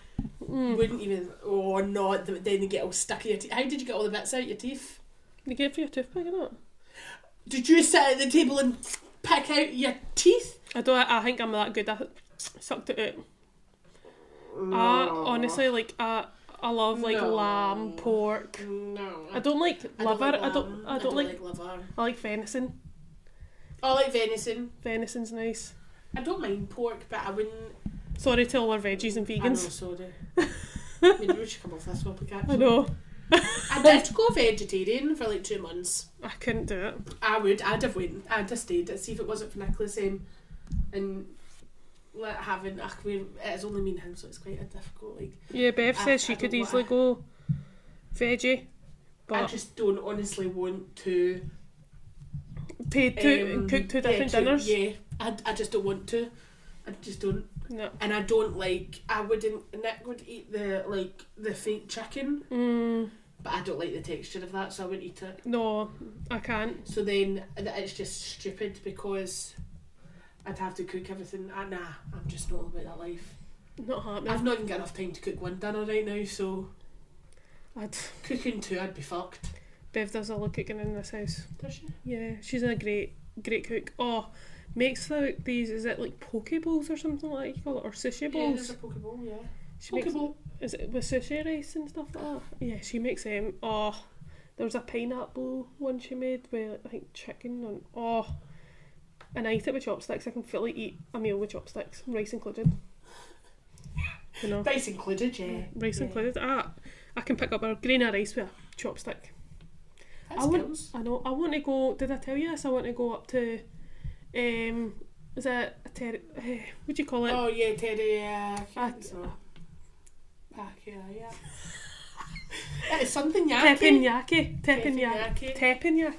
B: Mm.
A: wouldn't even. Oh no! th- Then they get all stuck in your teeth. How did you get all the bits out of your teeth?
B: You get it for your toothpick, innit?
A: Did you sit at the table and pick out your teeth?
B: I don't. I think I'm that good. I sucked it out. I honestly like. I I love like
A: No.
B: lamb, pork.
A: No.
B: I don't like
A: I
B: liver.
A: like
B: I
A: lamb.
B: don't. I don't like.
A: liver.
B: I like venison.
A: I like venison.
B: Venison's nice.
A: I don't mind pork, but I wouldn't.
B: Sorry to all our veggies and
A: I know,
B: vegans.
A: sorry.
B: [laughs]
A: Maybe we should come off this one, because
B: I know.
A: I did go vegetarian for like two months.
B: I couldn't do it.
A: I would. I'd have went. I'd have stayed. I'd see if it wasn't for Nicholas um, and like having. Ugh, we it's only me and him, so it's quite a difficult. Like
B: Yeah, Bev
A: I-
B: says
A: I
B: she could
A: don't
B: easily
A: like-
B: go veggie,
A: I
B: but
A: just don't honestly want to
B: paid two
A: um,
B: cook two
A: yeah,
B: different
A: two-
B: dinners.
A: Yeah, I, I just don't want to. I just don't,
B: No.
A: and I don't like. I wouldn't. Nick would eat the like the fake chicken,
B: Mm,
A: but I don't like the texture of that, so I wouldn't eat it.
B: no, I can't.
A: So then th- it's just stupid because I'd have to cook everything. Ah, nah, I'm just not all about that life.
B: Not happening.
A: I've not even got enough time to cook one dinner right now, so
B: I'd,
A: cooking two, I'd be fucked.
B: Bev does all the cooking in this house.
A: Does she?
B: Yeah, she's a great, great cook. Oh, makes like these, is it like poke bowls or something like that you call it? Or sushi
A: Yeah, there's
B: bowls?
A: a pokeball, yeah.
B: she makes,
A: Pokeball.
B: is it with sushi rice and stuff like that? Yeah, she makes um, oh, there was a pineapple one she made with, I think, chicken and, oh, and I eat it with chopsticks. I can fully eat a meal with chopsticks,
A: [laughs]
B: rice included. You know?
A: Rice included, yeah.
B: Rice
A: yeah.
B: included. Ah, I can pick up a grain of rice with a chopstick.
A: That's
B: I want-
A: skills.
B: I know. I want to go. Did I tell you this? I want to go up to. Um, is it a ter- eh, What do you call it?
A: Oh, yeah, Teddy. Uh,
B: Ah,
A: Back, Ah, yeah, yeah. [laughs] it's something yaki.
B: Teppanyaki. Teppanyaki.
A: Teppanyaki.
B: Teppanyaki.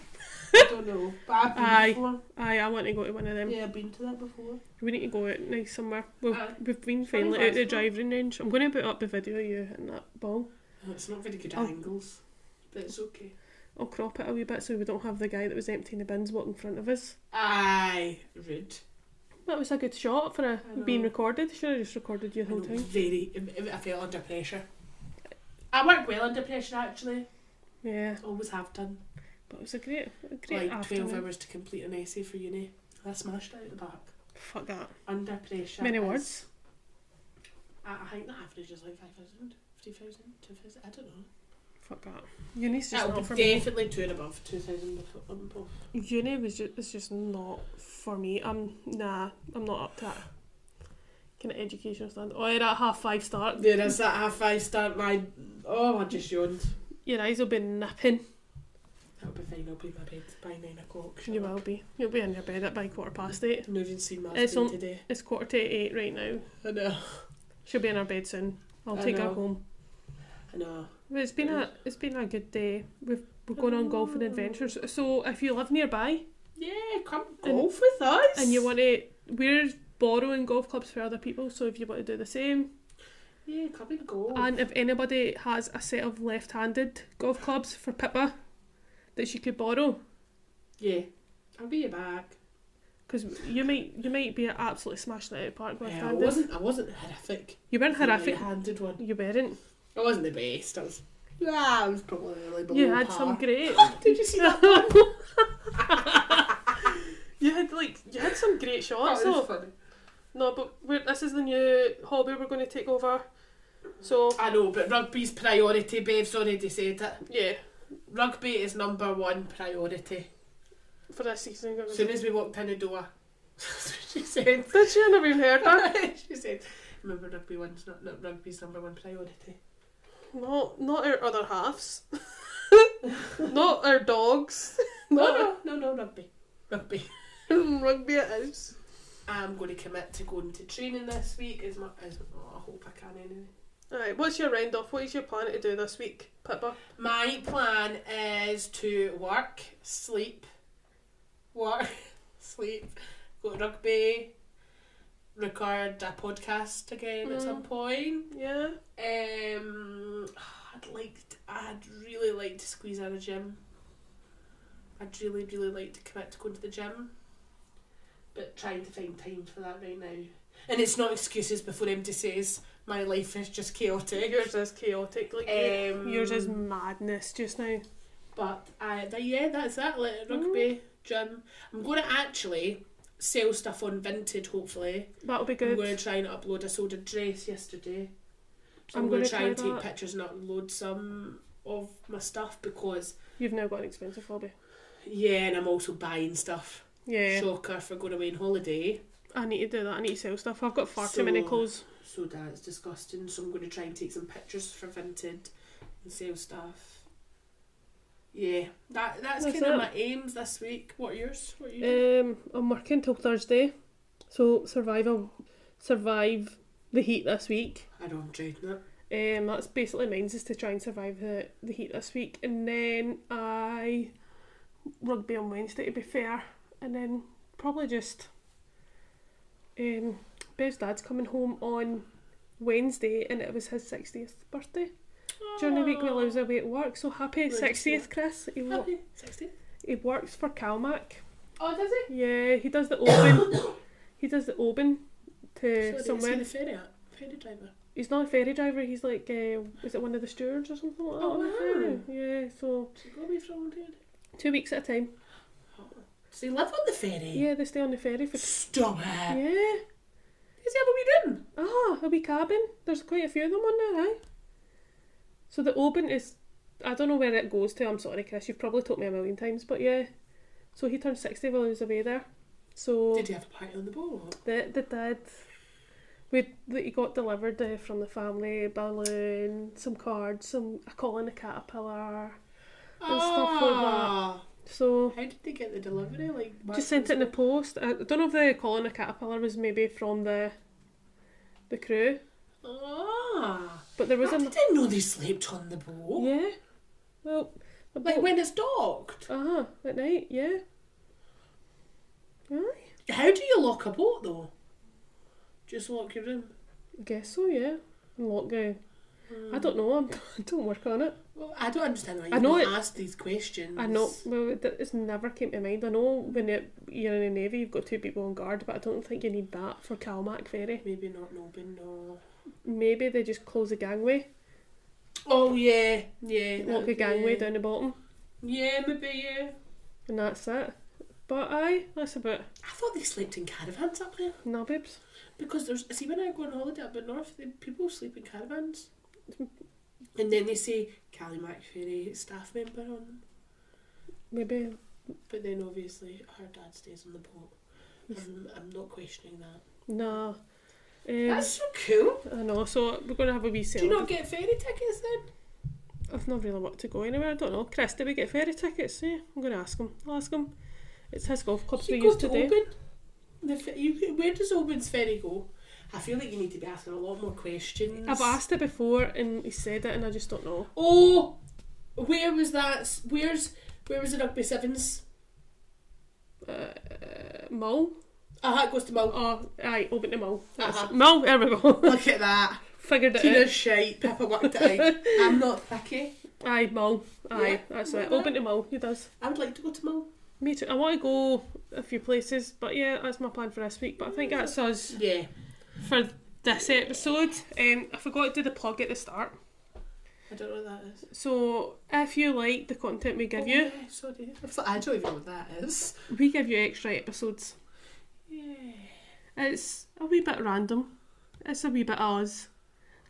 A: [laughs] I don't know, but I've been
B: Aye. Um,
A: before.
B: Aye, I want to go to one of them.
A: Yeah, I've been to that before.
B: We need to go out nice somewhere. We've,
A: Aye.
B: we've been
A: Very
B: finally out the
A: versatile.
B: driving range. I'm going to put up the video of you hitting that ball.
A: Oh, it's not very good
B: Oh.
A: angles, but it's okay.
B: I'll crop it a wee bit so we don't have the guy that was emptying the bins walk in front of us.
A: Aye, rude.
B: That was a good shot for a,
A: I know.
B: being recorded. Should have just recorded you
A: I
B: the whole
A: know,
B: time.
A: very. I feel under pressure. I work well under pressure, actually.
B: Yeah,
A: Always have done.
B: but it was a great, a
A: like
B: great afternoon.
A: twelve hours to complete an essay for uni. I smashed it out the back.
B: Fuck that.
A: Under pressure.
B: Many
A: is-
B: words.
A: I, I think the average is like 5,000, 3,000, 2,000. I don't know.
B: Fuck that. Uni's just
A: That
B: not
A: would
B: for
A: be
B: me.
A: definitely two and above, two thousand um, above.
B: Uni was just was just not for me. I'm nah. I'm not up to that kind of educational standard. Oh, you're at half five start.
A: There is that half five start. My oh, I just yawned.
B: Your eyes will be napping.
A: That'll be fine. I'll be in my bed by nine o'clock.
B: You will be. You'll be in your bed at by quarter past eight.
A: I've not even seen my
B: It's
A: screen
B: on-
A: today.
B: It's quarter to eight right now.
A: I know.
B: She'll be in her bed soon. I'll
A: I
B: take her
A: know.
B: home.
A: I know.
B: But it's been a it's been a good day. We've we're going on golfing
A: Oh.
B: adventures. So if you live nearby
A: Yeah, come
B: And-
A: golf with us.
B: and you want to, we're borrowing golf clubs for other people. So if you want to do the same,
A: Yeah, come and golf.
B: And if anybody has a set of left handed golf clubs for Pippa that she could borrow,
A: yeah, I'll be your back.
B: because you might you might be absolutely smashing it out of the park left
A: Yeah, I
B: handed.
A: wasn't. I wasn't horrific.
B: you weren't horrific.
A: Handed one.
B: You weren't.
A: I wasn't the best. I was. Yeah, I was probably really below
B: You had
A: par.
B: some great.
A: [laughs] Did you see that?
B: [laughs] you had like you had some great shots.
A: That was
B: though.
A: "Oh, funny.
B: No, but we're, this is the new hobby we're going to take over. So
A: I know, but rugby's priority. Babe's already said it.
B: yeah,
A: Rugby is number one priority.
B: for this season.
A: As soon as we walked in the door, [laughs] that's what she said.
B: Did she? I never even heard that.
A: [laughs] she said, Remember, rugby one's not, not rugby's number one
B: [laughs]
A: priority.
B: Not not our other halves. [laughs] not our dogs. [laughs] Not
A: Oh, no, no, no, no, rugby. Rugby.
B: rugby it is.
A: I'm going to commit to going to training this week. As much as oh, I hope I can anyway.
B: Alright, what's your round off? What is your plan to do this week, Pippa?
A: My plan is to work, sleep, work, [laughs] sleep, go to rugby, record a podcast again at
B: Mm.
A: some point.
B: Yeah.
A: Um, I'd like, to- I'd really like to squeeze in a gym. I'd really, really like to commit to going to the gym, but trying to find time for that right now. And it's not excuses before empty says my life is just chaotic.
B: Yours is chaotic.
A: [laughs]
B: Like
A: Um,
B: yours is madness just now.
A: But I, th- yeah, that's that. Like rugby, gym. I'm going to actually sell stuff on Vinted, hopefully.
B: That'll be
A: I'm
B: good.
A: going to try and upload. I sold a dress yesterday. So I'm,
B: I'm
A: going to
B: gonna
A: try,
B: try
A: and take
B: that.
A: pictures and upload some of my stuff because,
B: You've now got an expensive hobby.
A: yeah, and I'm also buying stuff.
B: Yeah.
A: Shocker for going away on holiday.
B: I need to do that. I need to sell stuff. I've got far too many
A: So-
B: clothes.
A: So that's disgusting. So I'm going to try and take some pictures for Vinted and sell stuff. Yeah, that that's,
B: That's
A: kind of
B: it.
A: my aims this week. What are yours? What are you? doing?
B: Um, I'm working till Thursday, so survive a- survive the heat this week.
A: I don't dread that.
B: Um, that's basically mine is to try and survive the, the heat this week, and then I rugby on Wednesday to be fair, and then probably just um, Bev's dad's coming home on Wednesday, and it was his sixtieth birthday. During the week while I was away at work, so happy
A: Nice.
B: sixtieth, Chris. He, wo-
A: Happy 16th.
B: he works for Calmac.
A: Oh, does it?
B: Yeah, he does the open. [coughs] he does the open to
A: Sorry,
B: somewhere.
A: It's in a ferry, app- ferry driver.
B: He's not a ferry driver. He's like, uh, is it one of the stewards or something like that?
A: Oh,
B: on the
A: wow.
B: ferry? Yeah. So
A: So go away from dude.
B: two weeks at a time.
A: Does he live on the ferry?
B: Yeah, they stay on the ferry for.
A: Stop it.
B: Yeah.
A: Does he have a wee room?
B: Ah, a wee cabin. There's quite a few of them on there, aye. So the open is, I don't know where it goes to. I'm sorry, Chris. You've probably told me a million times, but yeah. So he turned sixty while he was away there. So
A: Did he have a party on the boat?
B: The the dad we that he got delivered uh, from the family a balloon, some cards, some a call in a caterpillar. And stuff like that. So
A: Ah. How did they get the delivery? Like back
B: just sent it in the post. I don't know if the call in a caterpillar was maybe from the the crew,
A: Ah.
B: but there was
A: I
B: a
A: didn't know they slept on the boat.
B: yeah. Well, the
A: Like
B: boat-
A: when it's docked.
B: uh-huh, at night, yeah. Aye,
A: How do you lock a boat though? Just lock your room.
B: I guess so. Yeah, lock the. I don't know. I'm, [laughs] I don't work on it.
A: Well, I don't understand why you
B: I know
A: don't
B: it-
A: ask these questions.
B: I know. Well, it- it's never came to mind. I know when it, you're in the navy, you've got two people on guard, but I don't think you need that for Calmac Ferry.
A: Maybe not Nobin, no.
B: Maybe they just close the gangway,
A: Oh yeah, yeah.
B: lock the gangway down the bottom,
A: Yeah, maybe yeah.
B: and that's it. But aye, that's about
A: I thought they slept in caravans up there
B: nabibs.
A: because there's see when I go on holiday up in north, the people sleep in caravans, and then they say Cali McFerry staff member on them,
B: Maybe
A: but then obviously her dad stays on the
B: [laughs]
A: boat. I'm, I'm not questioning that.
B: nah. Um,
A: That's so cool.
B: I know. So we're gonna have a wee sale.
A: Do you not get ferry tickets then?
B: I've not really want to go anywhere. I don't know. Chris, did we get ferry tickets? Yeah, I'm gonna ask him. I'll ask him. It's his golf clubs we
A: You go
B: used
A: to
B: to do.
A: Oban. The, fe- you, where does Oban's ferry go? I feel like you need to be asking a lot more questions.
B: I've asked it before, and he said it, and I just don't know.
A: Oh, where was that? Where's where was the rugby sevens?
B: uh, Mull.
A: Ah, it goes to Mull.
B: Oh, aye, open to Mull. That's
A: Uh-huh.
B: Mull, there we go.
A: Look at that.
B: [laughs] Figured it
A: Tina's shape. Uh, Pepper worked it out. I'm not picky.
B: out. [laughs] Aye, Mull. Aye,
A: Yeah,
B: that's
A: well
B: it.
A: done.
B: Open to Mull, he does.
A: I would like to go to Mull.
B: Me too. I want to go a few places, but yeah, that's my plan for this week. But I think that's us
A: Yeah.
B: for this episode. Um, I forgot to do the plug at the start.
A: I don't know what that is.
B: So if you like the content we give
A: Oh,
B: you,
A: yeah, sorry. I thought- I don't even know what that is.
B: we give you extra episodes.
A: Yeah.
B: It's a wee bit random. It's a wee bit us.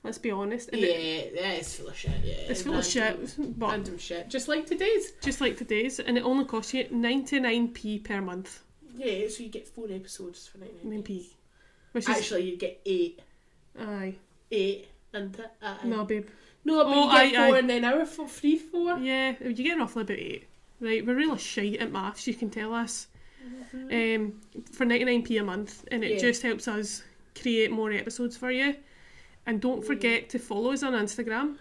B: Let's be honest. And
A: yeah,
B: it-
A: that is full of shit. Yeah.
B: it's full of
A: Random-
B: shit, but
A: Random shit. Just like today's.
B: just like today's, and it only costs you 99p per month.
A: Yeah, so you get four episodes for 99.
B: 99p. Which is,
A: Actually, you get eight.
B: Aye.
A: Eight, isn't it? Aye.
B: No, babe.
A: No, but
B: Oh,
A: you get
B: aye,
A: four
B: aye.
A: and then our four, three, four.
B: Yeah, you're getting awful about eight. Right, we're really shite at maths, you can tell us. Um, for 99p a month, and it
A: Mm-hmm. Yeah.
B: just helps us create more episodes for you. And don't forget to follow us on Instagram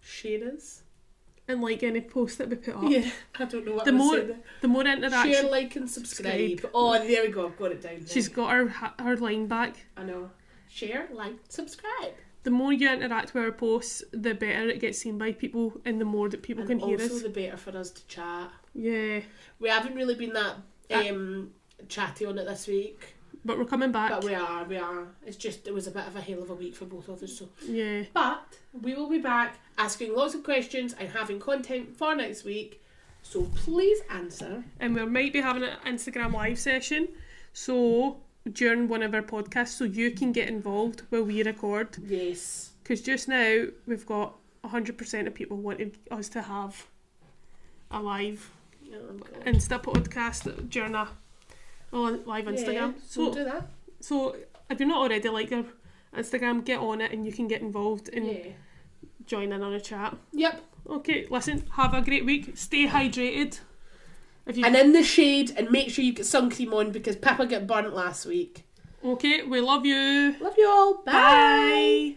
A: Sharers.
B: and like any post that we put up.
A: Yeah, [laughs] I don't know what
B: The
A: I was
B: more
A: saying
B: The more
A: there.
B: interaction,
A: Share, like, and subscribe. Oh, there we go. I've got it down. now.
B: she's got her ha- her line back.
A: I know. Share, like, subscribe.
B: The more you interact with our posts, the better it gets seen by people, and the more that people
A: and
B: can hear
A: also
B: us.
A: the better for us to chat.
B: Yeah,
A: We haven't really been that
B: Ah.
A: um, chatty on it this week,
B: but we're coming back.
A: but we are, we are. It's just it was a bit of a hell of a week for both of us. So,
B: yeah,
A: but we will be back asking lots of questions and having content for next week. So please answer.
B: and we might be having an Instagram live session, so during one of our podcasts, so you can get involved while we record.
A: Yes.
B: Because just now we've got hundred percent of people wanting us to have a live
A: Oh, God.
B: Insta podcast during a, a live Instagram.
A: Yeah,
B: so
A: we'll do that.
B: So if you're not already like their Instagram, get on it and you can get involved and
A: Yeah.
B: join in on a chat.
A: Yep.
B: Okay, listen, have a great week. Stay hydrated. If you
A: And in the shade, and make sure you get sun cream on because Peppa got burnt last week.
B: okay, we love you.
A: Love you all. Bye.
B: Bye.